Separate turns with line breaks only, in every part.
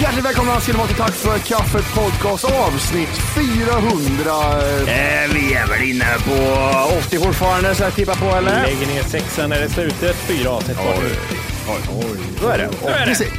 Hjärtligt välkomna ska ni vara till Tack för kaffet podcast avsnitt 400. eh,
Eh, vi är väl inne på 80 fortfarande, så jag tippar på, eller?
Lägger ner sexan när det är slutet. Fyra avsnitt kvar.
Då är det.
86.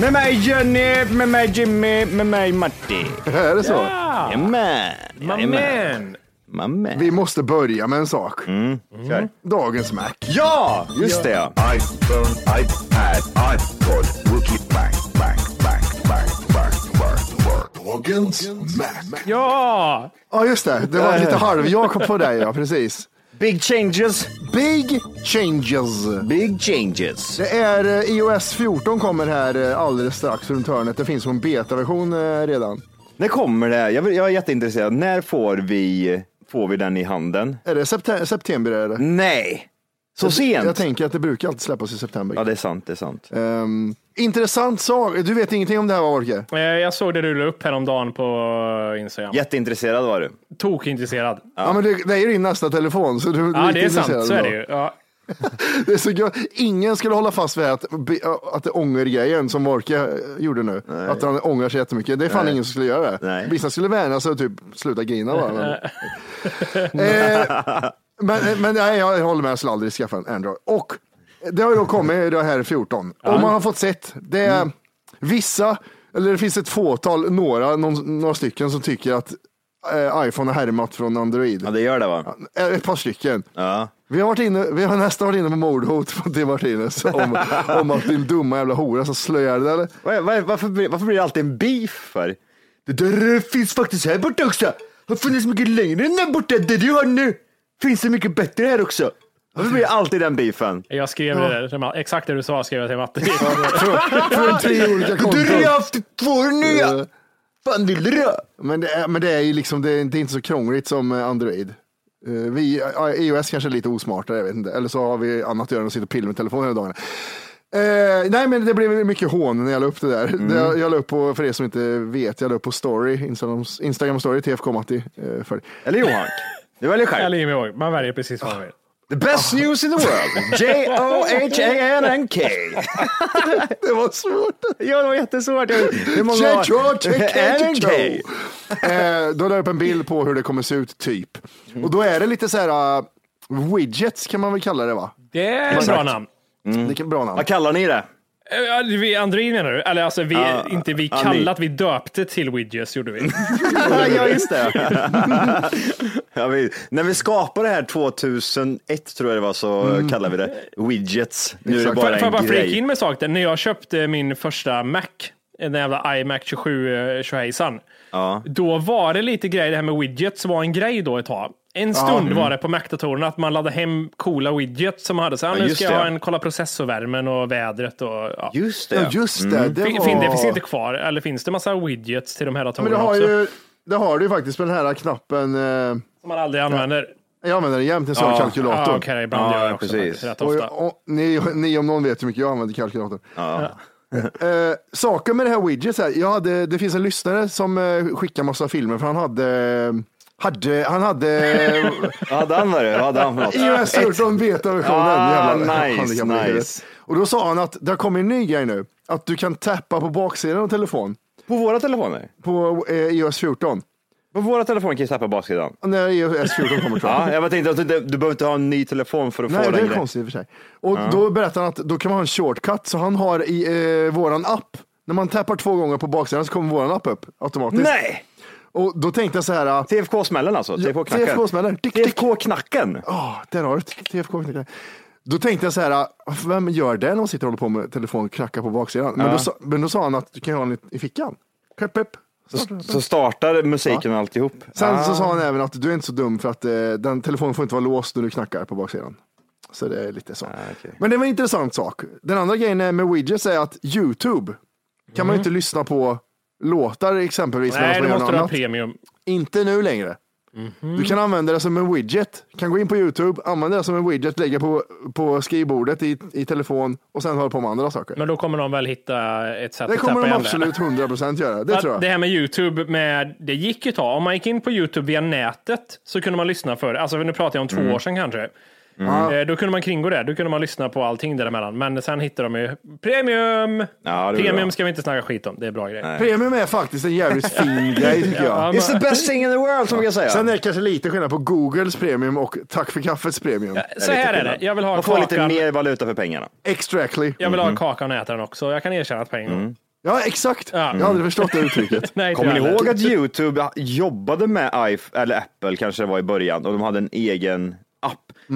Med mig Jenny, med mig Jimmy, med mig Matti.
Är det så?
Jajamän.
My man!
Mamma.
Vi måste börja med en sak.
Mm.
Mm.
Kör.
Dagens Mac.
Ja, just det ja.
iPhone, iPad, iPod, Wookie, Mac, Mac, Mac, Mac, Mac, Mac, Mac. Dagens Mac.
Ja!
Ja, just det. Det var lite halv. Jag kom på dig, ja. Precis.
Big changes.
Big changes.
Big changes.
Det är eh, iOS 14 kommer här eh, alldeles strax runt hörnet. Det finns ju en betaversion eh, redan.
När kommer det? Jag, vill, jag är jätteintresserad. När får vi, får vi den i handen?
Är det septe- september? Är det?
Nej, så
Jag
sent.
tänker att det brukar alltid släppas i september.
Ja, det är sant, det är sant.
Ehm, intressant sak. Du vet ingenting om det här, va, Orke?
Eh, Jag såg det rulla upp häromdagen på Instagram.
Jätteintresserad var du.
Tokintresserad.
Ja. men det, det är ju din nästa telefon. Så du, du
Ja,
inte
det är sant.
intresserad
Så är
då.
det ju. Ja.
Det är så gött. Ingen skulle hålla fast vid att, att det ånger grejen som Orke gjorde nu. Att han ångrar sig jättemycket. Det är fan ingen som skulle göra det.
Nej.
Vissa skulle värna sig och typ sluta grina bara. Men, eh, men, men nej, jag håller med, jag skulle aldrig skaffa en Android. Och det har ju då kommit det här 14. Och man har fått sett, det är
Mm.
vissa, eller det finns ett fåtal, några, någon, några stycken som tycker att eh, iPhone har härmat från Android.
Ja, det gör det va?
Eh, Ett par stycken.
Ja.
Vi har, varit inne, vi har nästan varit inne på mordhot från Tim Martinez om, om att din dumma jävla hora som slöjar det eller?
Var, var, varför, blir- varför blir det alltid en beef för? Det där eh, finns faktiskt här borta också. Har funnits mycket längre än där borta där du har nu. Finns det mycket bättre här också? Varför blir det alltid den beefen?
Jag skrev det där. till Matt- Exakt det du sa skrev jag till Matti.
Från tre olika konton. Eh.
haft två år nu
ja.
Fan vill du då?
Men det är, men det är ju liksom, det är, det är inte så krångligt som eh, Android. Eh, Vi, eh, iOS kanske är lite osmartare, jag vet inte. Eller så har vi annat att göra än att sitta och pilla med telefonen hela dagarna. Eh, nej men det blev mycket hån när jag la upp det där.
Mm.
Det jag, jag la upp på, för er som inte vet, jag la upp på story, Instagram, Instagram story, TFK Matti. Eh, för.
Eller Johan. Du väljer själv.
Eller Jimmy Åge. Man väljer precis vad man vill.
The best news in the world. J-O-H-A-N-N-K.
Det var svårt.
Ja, det var jättesvårt. Jag- Det är många
Check,
år.
check, check, check,
N-N-K.
check. Eh, Då la jag upp en bild på hur det kommer se ut, typ. Och då är det lite så här, eh, widgets kan man väl kalla det va?
Det är ett bra
Exakt.
namn.
Mm.
Det är bra namn.
Vad kallar ni det?
Eh, ja, vi- Andrin menar du? Eller alltså, vi,
Ja,
inte vi
ja,
kallat, vi döpte till Widgets gjorde vi.
ja, just det. ja, vi, när vi skapade det här 2001 tror jag det var så kallade vi det widgets. Nu är
Exakt.
det bara
Får jag bara
en
flika in
grej.
med en sak där? När jag köpte min första Mac, den jävla iMac 27 eh, tjohejsan,
Ja.
då var det lite grej, det här med widgets var en grej då ett tag. En stund var det på Mac-datorerna att man laddade hem coola widgets som man hade. Så här,
Ja,
nu
just
ska jag
det.
ha en, kolla processorvärmen och vädret och ja.
Just det. Mm.
Ja, just det. Det,
Fin, fin, det finns
var...
inte kvar, eller finns det massa widgets till de här
Men du
datorerna
har
också?
ju, det har du ju faktiskt med den här knappen. Eh,
Som man aldrig använder.
jag använder den jämt, en sån kalkylator.
Ja, okej, ibland
Ja,
gör jag också
precis.
faktiskt, rätt
Och,
ofta.
jag- och, ni, ni om någon vet hur mycket jag använder kalkylatorn. Eh, saken med det här widgets här, jag hade, det finns en lyssnare som eh, skickar massa filmer för han hade, hade han hade
Vad hade han varit? Vad hade han för något?
iOS 14 beta-versionen.
Ah,
jävla
nice,
handikapp i
nice.
huvudet. Och då sa han att det har kommit en ny grej nu, att du kan tappa på baksidan av telefon
På våra telefoner?
på eh, iOS 14.
På våra telefoner kan jag tappa baksidan.
När iOS 14 kommer tror jag.
Ja, jag bara tänkte att du, inte- du behöver inte ha en ny telefon för att
Nej,
få
det
den
är
grejen.
konstigt i och för sig. Och då berättar han att då kan man ha en shortcut, så han har i eh, våran app, när man tappar två gånger på baksidan så kommer våran app upp automatiskt.
Nej!
Och då tänkte jag så här, ah,
TFK-smällen alltså? TFK-knacken?
TFK-smällen. Tick, tick.
TFK-knacken?
ah, där har du ett TFK. knackar. Då tänkte jag så här, ah, vem gör det när de sitter och håller på med telefon och knackar på baksidan? Men, då, sa- men då sa han att du kan ju ha den i fickan. Pepp, pepp.
Så startar musiken och alltihop.
Sen så sa han även att du är inte så dum för att eh, den telefonen får inte vara låst när du knackar på baksidan. Så det är lite så.
Ah,
okej.
Men det var en intressant sak. Den andra grejen är- med widgets är att YouTube kan man ju inte lyssna på låtar exempelvis.
Mm. Nej,
medan
det
man gör
måste
något
du ha
annat.
premium.
Inte nu längre. Du kan använda det som en widget. Kan gå in på YouTube, använda det som en widget, lägga på, på skrivbordet i, i telefon och sen hålla på med andra saker.
Men då kommer de väl hitta ett sätt
Det
att
kommer
tappa
de
igen
absolut 100% göra. Det
Att
tror jag.
Det här med YouTube, med, det gick ju ett tag. Om man gick in på YouTube via nätet så kunde man lyssna för Alltså nu pratar jag om två
Mm.
år sedan kanske. Eh, Då kunde man kringgå det. Då kunde man lyssna på allting däremellan. Men sen hittade de ju premium.
Ja, det är
premium
bra.
ska vi inte snacka skit om. Det är bra grej.
Premium är faktiskt en jävligt fin grej tycker jag.
Ja,
It's the best thing in the world som vi kan säga.
Sen är det kanske lite skillnad på Googles premium och Tack för kaffets premium.
men så här är det. Jag vill ha
Man får
kakan.
lite mer Mm. valuta för pengarna.
Exactly.
Jag vill ha kakan och äta den också. Jag kan erkänna att på en gång.
Ja, exakt.
Ja.
Jag har aldrig förstått det uttrycket.
Nej, inte
Mm. Kommer ni
jag heller.
ihåg att YouTube jobbade med iPhone, eller Apple kanske det var i början och de hade en egen app.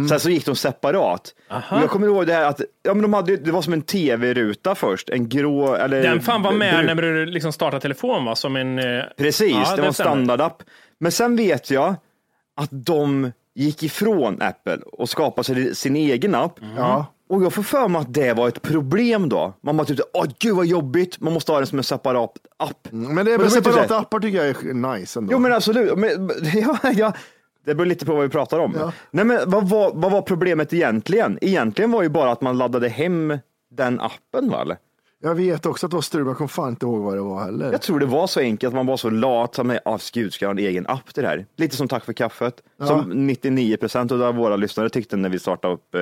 Sen så gick de separat. Men jag kommer ihåg det här att ja, men de hade, ju- det var som en tv-ruta först, en grå eller
Den fan var med
brun.
när du liksom startade telefon va? Som en... eh,
Precis,
Ja,
det, var en
stämmer.
standardapp. Men sen vet jag att de gick ifrån Apple och skapade sig sin egen app.
Ja.
Och jag får för mig att det var ett problem då. Man bara typ, åh gud vad jobbigt, man måste ha den som en separat app.
Mm, Men det är
Men
med
det var inte
separata
det.
appar tycker jag är nice ändå.
Jo men absolut, men, ja, ja, det beror lite på vad vi pratar om. Nej, men vad, var, vad var problemet egentligen? Egentligen var ju bara att man laddade hem den appen va? Eller?
Jag vet också att det var strul, men jag kommer fan inte ihåg vad det var heller.
Jag tror det var så enkelt, att man var så lat, som ah, gud ska jag ha en egen app till det här? Lite som Tack för kaffet, som 99 procent av våra lyssnare tyckte när vi startade upp eh,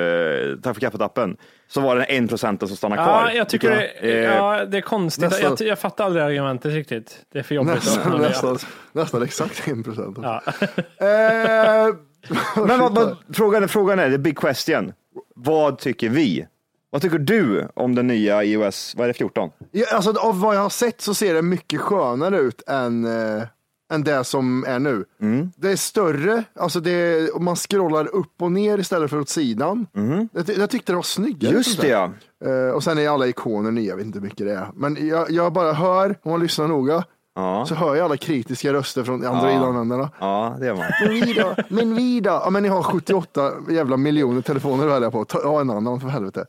Tack för kaffet-appen. Så var det en procenten som stannade kvar.
Ja, jag tycker det,
Eh,
ja, det är konstigt.
nästan-
Jag, jag fattar aldrig argumentet riktigt. Det är för jobbigt. att öppna
nästan,
det.
nästan, nästan exakt 1 procent.
Ja.
Eh,
Men vad, vad, frågan, är- frågan är, the big question. Vad tycker vi? Vad tycker du om den nya iOS, vad är det, 14?
ja, alltså, av vad jag har sett så ser det mycket skönare ut än, eh, än det som är nu.
Mm.
Det är större, alltså det är, man scrollar upp och ner istället för åt sidan. Jag, ty- jag tyckte det var snyggare.
Mm. Just det ja.
Eh, och sen är alla ikoner nya, jag vet inte hur mycket det är. Men jag, jag bara hör, om man lyssnar noga, så hör jag alla kritiska röster från Android-användarna.
Ja, det är man.
Men vi då? Men vi då? Ja, men ni har 78 jävla miljoner telefoner att välja på. Ta ja, en annan för helvete.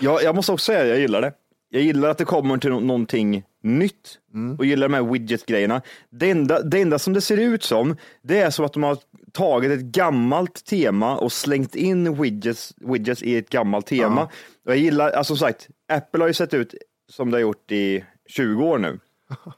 Jag, jag måste också säga, jag gillar det. Jag gillar att det kommer till nå- någonting nytt och gillar de här widget-grejerna. Det enda, det enda som det ser ut som, det är som att de har tagit ett gammalt tema och slängt in widgets, widgets i ett gammalt tema. Och jag gillar, alltså som sagt, Apple har ju sett ut som det har gjort i 20 år nu.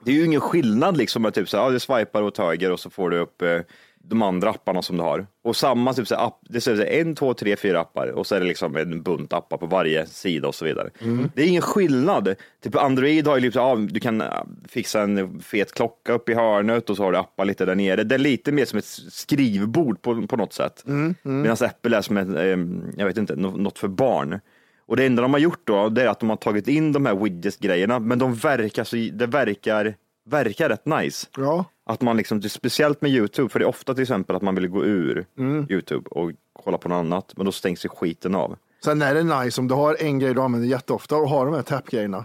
Det är ju ingen skillnad liksom med typ så här, ja, du swipar åt höger och så får du upp eh, de andra apparna som du har. Och samma typ så här, app, det ser en, två, tre, fyra appar och så är det liksom en bunt appar på varje sida och så vidare. Det är ingen skillnad. Typ Android har ju liksom, ja, du kan eh, fixa en fet klocka upp i hörnet och så har du appar lite där nere. Det är lite mer som ett skrivbord på, på något sätt. Medan Apple är som ett, eh, jag vet inte, nå- något för barn. Och det enda de har gjort då, det är att de har tagit in de här widgets-grejerna, men de verkar, så, det verkar, verkar rätt nice.
Ja.
Att man liksom, speciellt med Youtube, för det är ofta till exempel att man vill gå ur
Mm.
Youtube och kolla på något annat, men då stängs ju skiten av.
Sen är det nice om du har en grej du använder jätteofta och har de här tappgrejerna.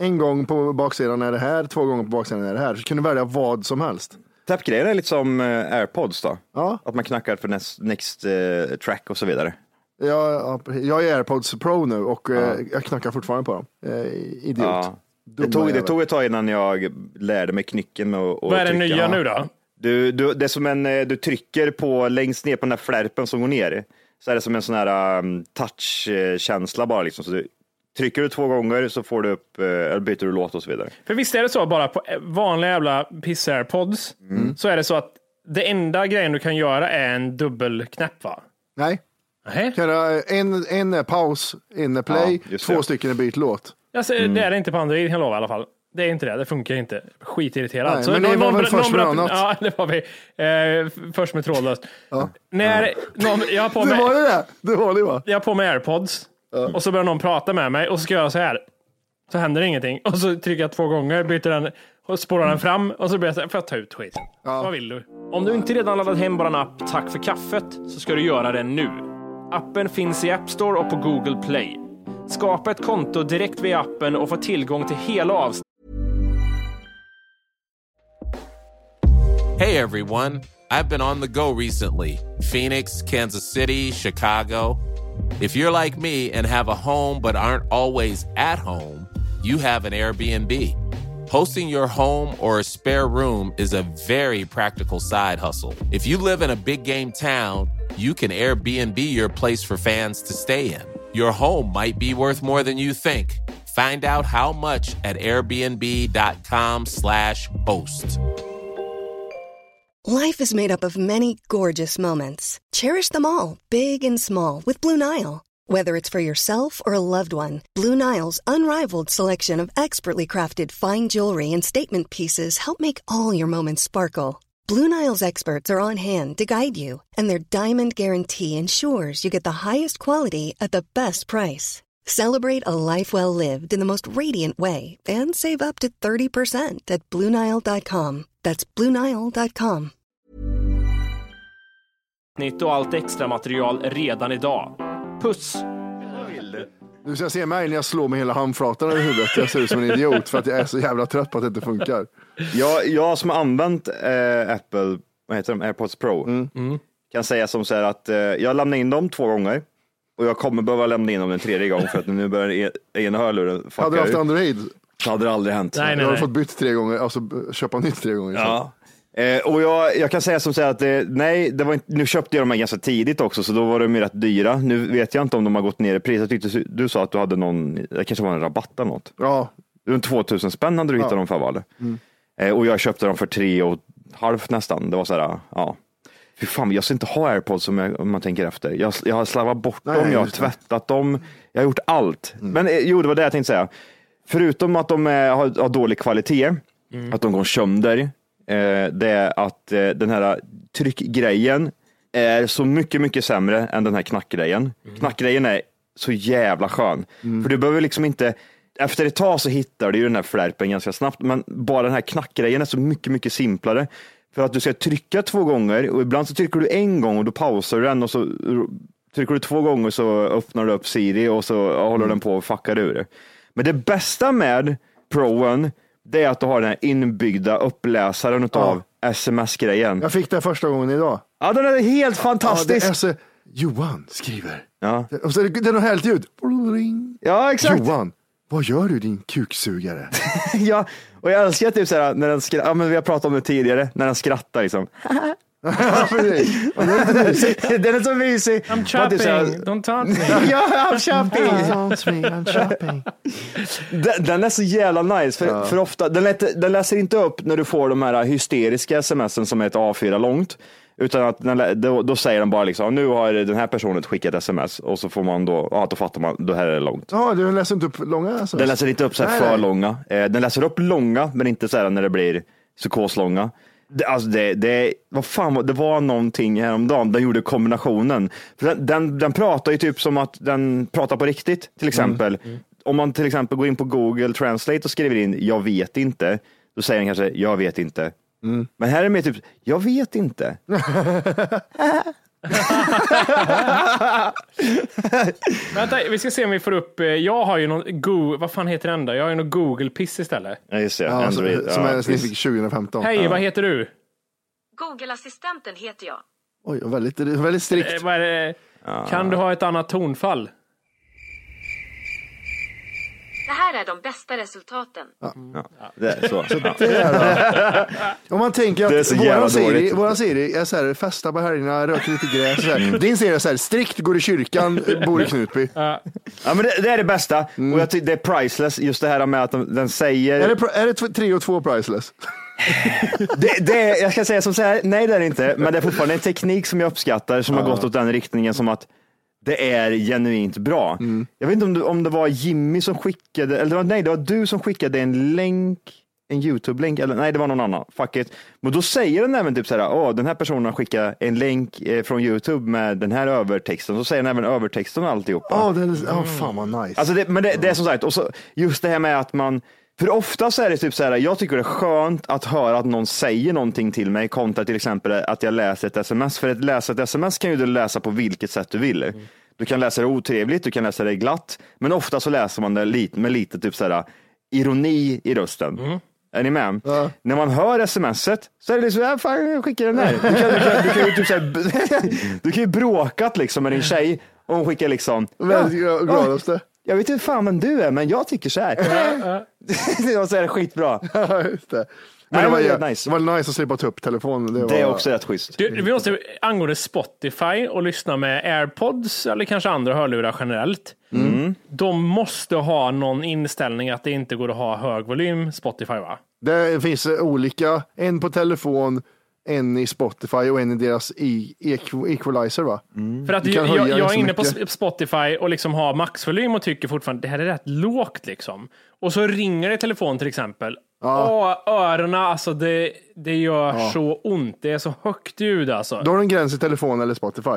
En gång på baksidan är det här, två gånger på baksidan är det här. Så kan du välja vad som helst.
AirTap-grejer är lite som eh, AirPods då.
Ja.
Att man knackar för next, next eh, track och så vidare.
Jag, ja, precis. jag är airpods pro nu och eh, jag knackar fortfarande på dem. Eh, idiot.
Ja. Det,
Dumma
tog, det
jävel.
tog ett tag innan jag lärde mig knycken med att
Vad är det
trycka.
nya nu då?
Du, du, det är som en, eh, du trycker på längst ner på den där flärpen som går ner. Så är det som en sån här um, touch-känsla bara. Liksom. Så du, trycker du två gånger så får du upp, eh, eller byter du låt och så vidare.
För visst är det så bara på e- vanliga jävla piss-airpods
Mm.
så är det så att det enda grejen du kan göra är en dubbelknäpp va?
Nej,
Nej,
kan jag- en, en är paus, en är play,
Ja, just
två
det.
stycken är byt låt.
alltså,
Mm.
det är det inte på Android kan jag lova i alla fall. Det är inte det, det funkar inte. Skitirriterad.
Nej, men ni var väl först med
bra-
något?
Ja, det var vi. Eh, f- först med trådlöst. När någon, jag har på
Det
mig,
var det där. Det var det va?
jag har på mig airpods och så börjar någon prata med mig och så ska jag göra så här. Så händer ingenting och så trycker jag två gånger, byter den och spårar den fram och så blir jag så här, får jag ta ut skiten? Vad vill du? Om du inte redan laddat hem våran app Tack för kaffet så ska du göra det nu. Appen finns i App Store och på Google Play. Skapa ett konto direkt via appen och få tillgång till hela avsnittet
Hey everyone, I've been on the go recently Phoenix, Kansas City, Chicago. If you're like me and have a home but aren't always at home, you have an Airbnb. Hosting your home or a spare room is a very practical side hustle. If you live in a big game town, you can Airbnb your place for fans to stay in. Your home might be worth more than you think. Find out how much at airbnb.com/slash host.
Life is made up of many gorgeous moments. Cherish them all, big and small, with Blue Nile. Whether it's for yourself or a loved one, Blue Nile's unrivaled selection of expertly crafted fine jewelry and statement pieces help make all your moments sparkle. Blue Nile's experts are on hand to guide you, and their diamond guarantee ensures you get the highest quality at the best price. Celebrate a life well lived in the most radiant way and save up to 30% at BlueNile.com. That's BlueNile.com.
avsnitt och allt extra material redan idag. Puss!
Du ska se mig när jag slår med hela handflatan över huvudet. Jag ser ut som en idiot för att jag är så jävla trött på att det inte funkar.
Jag, jag som har använt eh, Apple, vad heter de, AirPods Pro,
Mm.
kan säga som så här att eh, jag lämnar in dem två gånger och jag kommer behöva lämna in dem en tredje gång för att nu börjar en- ena hörluren fucka
Hade du haft
ur.
Android,
Så hade det aldrig hänt.
Nej,
då
nej,
hade du
nej.
fått bytt tre gånger, alltså b- köpa nytt tre gånger.
Ja. Eh, och jag, jag kan säga som så här att eh, nej, det var inte, nu köpte jag de här ganska tidigt också, så då var de ju rätt dyra. Nu vet jag inte om de har gått ner i pris. Jag tyckte du sa att du hade någon, det kanske var en rabatt eller något.
ja.
Runt 2000 spänn hade du hittat dem för va? eller?
Mm.
Eh, och jag köpte dem för tre och halvt nästan. Det var så här, ja. Fy fan, jag ska inte ha airpods om, jag, om man tänker efter. Jag, jag har slarvat bort
Nej,
dem, jag har
just det.
tvättat dem, jag har gjort allt. Men eh, jo, det var det jag tänkte säga. Förutom att de eh, har, har dålig kvalitet, att de går sönder, eh, det är att eh, den här tryckgrejen är så mycket, mycket sämre än den här knackgrejen. Knackgrejen är så jävla skön, för du behöver liksom inte efter ett tag så hittar du ju den här flärpen ganska snabbt, men bara den här knackgrejen är så mycket, mycket simplare. För att du ska trycka två gånger och ibland så trycker du en gång och då pausar du den och så trycker du två gånger så öppnar du upp Siri och så
Mm.
håller den på och fuckar ur. Men det bästa med Proen, det är att du har den här inbyggda uppläsaren utav sms-grejen.
Jag fick det första gången idag.
Ja, den är helt
Ja, det
fantastisk.
är så, Johan skriver.
Ja,
Och så är det, det är något härligt ljud. Ring.
ja exakt.
Johan, vad gör du din kuksugare?
Ja, och jag älskar typ så här, när den skrattar, ja, men vi har pratat om det tidigare, när den skrattar liksom.
Ja, precis.
Den är så mysig.
I'm
Man typ
chopping,
så här-
don't touch me.
Ja, I'm shopping. Den, den är så jävla nice, för, för ofta, den, lät, den läser inte upp när du får de här hysteriska smsen som är ett A4 långt. Utan att den, lä- då, då säger den bara liksom, nu har den här personen skickat sms och så får man då, ja då fattar man, det här är långt.
Ja, du läser inte upp långa alltså.
Den läser inte upp så här
Nej,
för
nej.
långa. Eh, Den läser upp långa, men inte så här när det blir psykoslånga. Det, alltså det, det, vad fan, var- det var någonting häromdagen, den gjorde kombinationen. För den, den, den pratar ju typ som att den pratar på riktigt,
Mm.
till exempel. Om man till exempel går in på Google Translate och skriver in jag vet inte, då säger den kanske jag vet inte.
Mm.
Men här är det mer typ, jag vet inte.
Vänta, vi ska se om vi får upp, eh, jag har ju någon, go, vad fan heter den då? Jag har ju någon Google-piss istället.
Ja, just det.
Ja, som,
Android,
som
ja,
är
precis.
snitt 2015.
Hej, vad heter du?
Google-assistenten heter jag.
Oj, väldigt, väldigt
Eh,
strikt.
vad är det? Kan du ha ett annat tonfall?
Det här är de bästa resultaten.
Det är så.
Om man tänker
Det är så
att
jävla
våran Siri,
dåligt.
våran Siri är så här, festa på helgerna, röker lite gräs. Så här. Din Siri är så här, strikt, går i kyrkan, bor i Knutby.
Ja, men det, det är det bästa. Och jag tycker det är priceless, just det här med att de, den säger...
Är Mm. det, pr- är det tw- tre och två priceless?
Det, det, är- jag ska säga som så här, nej det är det inte, men det är fortfarande en teknik som jag uppskattar som har gått åt den riktningen som att det är genuint bra.
Mm.
Jag vet inte om, du, om det var Jimmy som skickade, eller det var, nej det var du som skickade en länk, en YouTube-länk, eller nej det var någon annan, fuck it. Men då säger den även typ så här, åh den här personen har skickat en länk eh, från YouTube med den här övertexten, så säger den även övertexten och alltihopa.
Ja, det är- ja, fan vad nice.
Alltså det, men det, det är som sagt, och så, just det här med att man, för ofta så är det typ så här, jag tycker det är skönt att höra att någon säger någonting till mig kontra till exempel att jag läser ett sms. För att läsa ett sms kan ju du läsa på vilket sätt du vill. Du kan läsa det otrevligt, du kan läsa det glatt, men ofta så läser man det lite, med lite typ så här, ironi i rösten. Är ni med? När man hör smset så är det liksom, äh, fan, jag skickar den här. Du kan, du kan, du kan, ju typ så här, du kan ju bråkat liksom med din tjej och hon skickar liksom,
Väldigt
"Ja,
ja, gladaste.
jag vet inte fan vem du är, men jag tycker så här. och så är det skitbra.
Ja, just det. Men
Nej,
det var,
men det
ju,
är nice.
det var nice att slippa ta upp telefonen. Det, var,
Det är också rätt schysst.
Du, vi måste angående Spotify och lyssna med airpods eller kanske andra hörlurar generellt. De måste ha någon inställning att det inte går att ha hög volym Spotify va?
det finns eh, olika, en på telefon, en i Spotify och en i deras i, equ- equalizer. Va?
Mm.
För att
Du kan
jag,
höja
jag,
den
jag
så
är inne på
mycket.
Spotify och liksom har maxvolym och tycker fortfarande det här är rätt lågt liksom. Och så ringer det i telefon till exempel. Åh, öronen alltså det, det gör så ont. Det är så högt ljud alltså.
Då har du en gräns i telefon eller Spotify.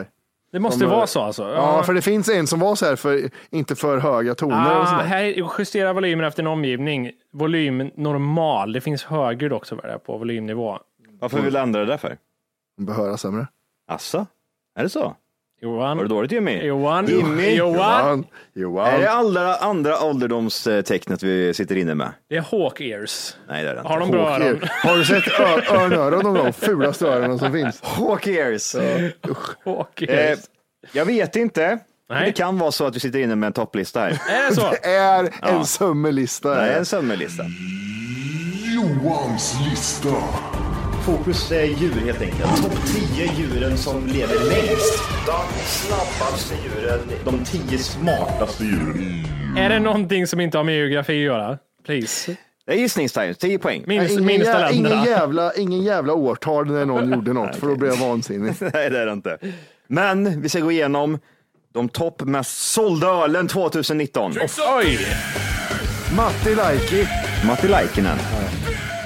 det måste vara så alltså.
Ja, för det finns en som var så här, för, inte för höga toner. och
Ah,
sådär.
här justera volymen efter en omgivning. Volym normal. Det finns högre också vad det är på volymnivå.
Varför vill du ändra det där för?
De bör höra sämre.
Asså? Är det så? Var det
Johan.
dåligt Jimmy?
Johan.
Jimmy.
Johan.
Johan, Johan.
Är det andra, andra ålderdomstecknet vi sitter inne med?
Det är hawk ears.
Nej det är det inte.
Har de bra öron?
Okej. Har du sett ö- örnöron någon gång? Fulaste öronen som finns.
Hawk ears.
Hawk
Eh,
ears.
jag vet inte. Men
Nej.
det kan vara så att vi sitter inne med en topplista här.
Är det så?
Det är en sömmelista.
Nej,
här.
en sömmerlista. Johans lista. Fokus är djur helt enkelt. Topp 10 djuren som lever längst. De snabbaste djuren. De 10 smartaste djuren.
Är det någonting som inte har med geografi att göra? Please.
Det är gissningstime, 10 poäng.
Minst,
Ingen,
minsta
jä- ingen,
länderna.
jävla, ingen jävla årtal när någon gjorde något, för då blev jag vansinnig.
Nej, det är det inte. Men vi ska gå igenom de topp mest sålda ölen 2019.
Oj!
Matti Laiki.
Matti Laikinen.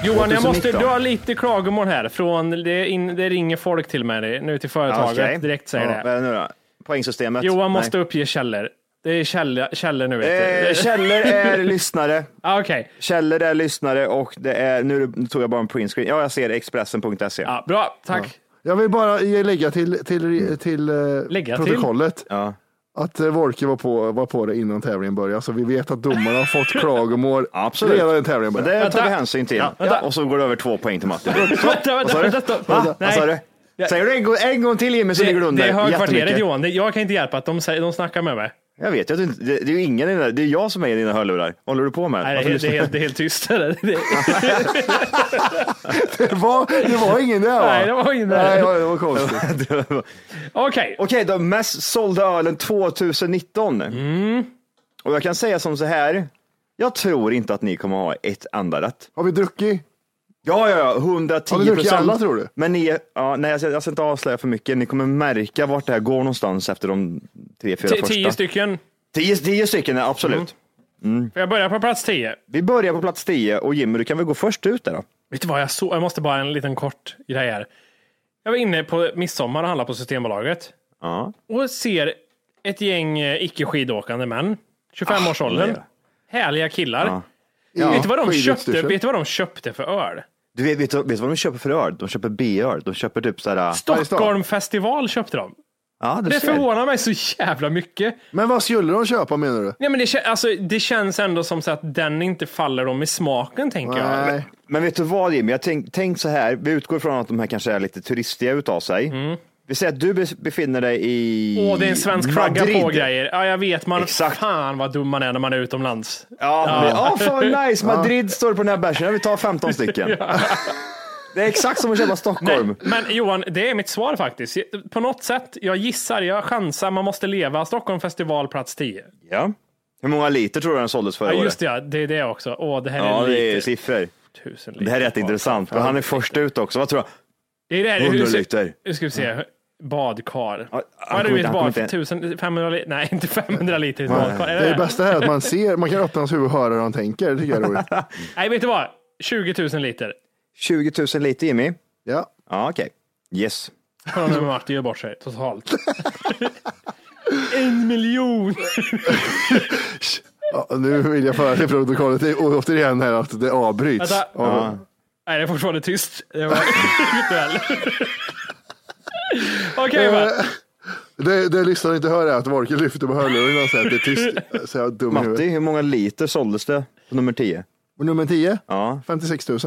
Johan, jag måste
2019.
dra lite klagomål här. Från det, in, det ringer folk till mig nu till företaget
Okej.
direkt säger
Ja,
det.
vad är det nu då? Poängsystemet?
Johan
Nej.
måste uppge källor. Det är källor, källor nu. Vet du.
Eh, källor är lyssnare.
Ah, Okej,
Källor är lyssnare och det är, nu tog jag bara en printscreen. Ja, jag ser Expressen.se.
ja, bra. Tack.
Jag vill bara ge- lägga till, till, till eh,
Lägga till?
protokollet
Ja.
att eh, Wolke var på, var på det innan tävlingen började, så vi vet att domarna har fått klagomål
Absolut.
redan innan tävlingen
Men
började.
det tar vi
Vänta.
hänsyn till.
vänta.
Och så går det över två poäng till Matti.
Vänta, vänta, vänta.
Va? Vad sa du?
Nej.
Säger du en, gång- en gång till Jimmy så ligger du
Det,
under.
det är högkvarteret
Jättemycket.
Johan. Det, jag kan inte hjälpa att de, säger, de snackar med mig.
Jag vet ju att du inte, det, det är ju ingen i dina, det är jag som är i dina hörlurar. Vad håller du på med?
Nej, det, är,
Varför
det,
lyssnar
är
du?
helt, det är helt tyst. Det, det,
Det var, det var ingen där va?
nej, det var inte
Nej, det
det.
var, det var konstigt.
Okej,
Okej, de mest sålda ölen 2019.
Mm.
Och jag kan säga som så här. Jag tror inte att ni kommer ha ett enda rätt.
Har vi druckit?
Ja, ja, ja, 110
Har du druckit alla, tror du?
Men ni, ja, nej, jag ska, jag ska inte avslöja för mycket. Ni kommer märka vart det här går någonstans efter de tre,
T-
fyra första.
tio stycken. Mm.
Tio, tio stycken, ja, absolut.
Får jag börja på plats tio?
Vi börjar på plats 10 och Jimmy, du kan väl gå först ut där då?
Vet du vad, jag, så, jag måste bara en liten kort grej här. Jag var inne på midsommar och handlade på Systembolaget.
Ja.
Och ser ett gäng eh, icke skidåkande män. 25-årsåldern.
nej.
Härliga killar.
Ah, Ja.
vet, du vad de
skidutstyrsel.
köpte, vet du vad de köpte för öl?
Du vet, vet, du- vet du vad de köper för öl? De köper B-öl. De köper typ sådär...
Stockholm festival köpte de.
Ja, du
Det
ser.
förvånar mig så jävla mycket.
Men vad skulle de köpa menar du?
Nej, men det, kä- alltså, det känns ändå som så att den inte faller dem i smaken, tänker jag.
Nej.
Men vet du vad Jimmy, jag tänk, tänk så här, vi utgår från att de här kanske är lite turistiga utav sig. Vi säger att du be- befinner dig i
Mm. Åh, det är en svensk flagga
Madrid.
på grejer. Ja, jag vet. Man,
Exakt.
Fan vad dum man är när man är utomlands.
Ja, ja. Men, ja fan vad nice, Madrid står på den här bärsen, vi tar 15 stycken. Det är exakt som att köpa Stockholm.
Nej, men Johan, det är mitt svar faktiskt. På något sätt, jag gissar, jag chansar, man måste leva. Stockholm festival plats 10.
Ja. Hur många liter tror du den såldes förra
Ja,
året?
just det, ja, det är det också. Åh, det här är
Ja, det
lite
är siffror.
tusen liter.
Det här är
kvar.
jätteintressant. Men han är först ut också. Vad tror du?
Det är det. här-
100
hur ser-
liter.
Nu ska vi se. Badkar.
Ja,
Ja,
han
du
kommer
vet
inte- han
bad
kommer
för
inte-
1500 liter. Nej, inte 500 liter i ett badkar. Är det
Det
det?
bästa är att man ser, man kan öppna hans huvud och höra hur han tänker. Det tycker jag är roligt.
Nej, vet du vad? 20 000 liter.
20 000 liter Jimmy?
Ja.
Ja, okej. Yes.
Kolla nu Martin gör bort sig totalt. en miljon!
Ja, nu vill jag föra till protokollet det- och återigen här att det avbryts.
Vänta.
Ja.
Nej, det är fortfarande tyst. Det var inget väl. Okej, va?
Det, det lyssnarna inte hör är att Volker lyfter på hörlurarna och säger att det är tyst. Så jag är dum i
Matti,
huvudet.
hur många liter såldes det på nummer 10?
Och nummer 10,
Ja.
56 000.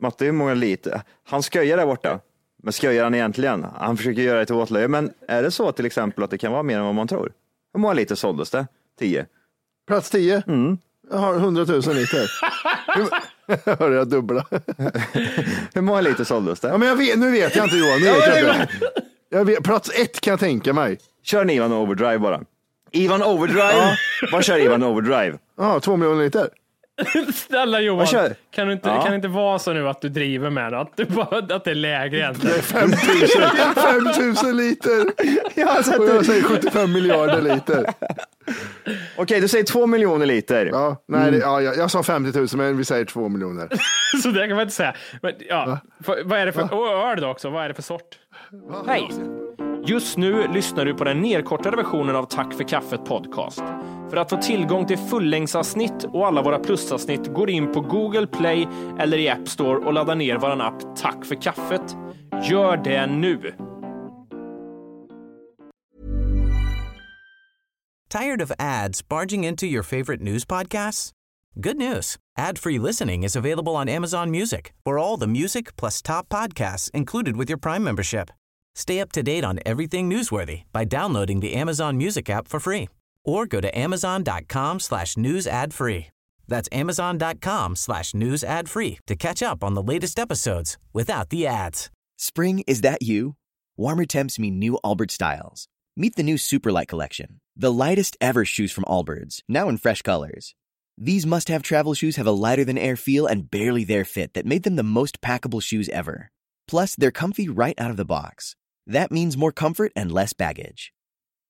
Matti, hur många liter? Han sköjar där borta. Men sköjar han egentligen? Han försöker göra det till åtlöje. Men är det så till exempel att det kan vara mer än vad man tror? Hur många liter såldes det? 10.
Plats 10, jag har 100 000 liter. Hörde jag dubbla.
Hur många liter såldes
Ja,
det?
men jag vet, nu vet jag inte Johan. Nu vet jag inte. Jag vet, plats 1 kan jag tänka mig.
Kör en Ivan Overdrive bara. Ivan Overdrive? Vad kör Ivan Overdrive?
Ja, 2 miljoner liter.
Snälla Johan,
Jag kör.
kan du inte,
Ja.
kan det inte vara så nu att du driver med det? Att, du bara, att det är lägre egentligen?
5 000, 5 000 liter.
Ja, så att
Och
du...
jag
Okej,
säger 75 miljarder liter.
du säger två miljoner liter.
Ja, nej, det, ja, jag, jag sa 50 000 men vi säger 2 miljoner.
Så det kan man inte säga. Men, ja. för, vad är det för och öl då också? Vad är det för sort? Hej! Just nu lyssnar du på den nedkortade versionen av Tack för kaffet podcast. För att få tillgång till fullängdsavsnitt och alla våra plusavsnitt går in på Google Play eller i App Store och laddar ner vår app Tack för kaffet. Gör det nu!
Tired of ads barging into your favorite news podcasts? Good news. Ad-free listening is available on Amazon Music for all the music plus top podcasts included with your Prime membership. Stay up to date on everything newsworthy by downloading the Amazon Music app for free or go to amazon.com slash news ad free. That's amazon.com slash news ad free to catch up on the latest episodes without the ads.
Spring, is that you? Warmer temps mean new Albert styles. Meet the new Superlight Collection, the lightest ever shoes from Allbirds, now in fresh colors. These must have travel shoes have a lighter than air feel and barely there fit that made them the most packable shoes ever. Plus, they're comfy right out of the box. That means more comfort and less baggage.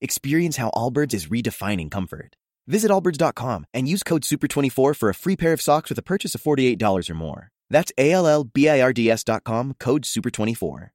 Experience how Allbirds is redefining comfort. Visit allbirds.com and use code SUPER24 for a free pair of socks with a purchase of $48 or more. That's A L L B I R D S dot com code SUPER24.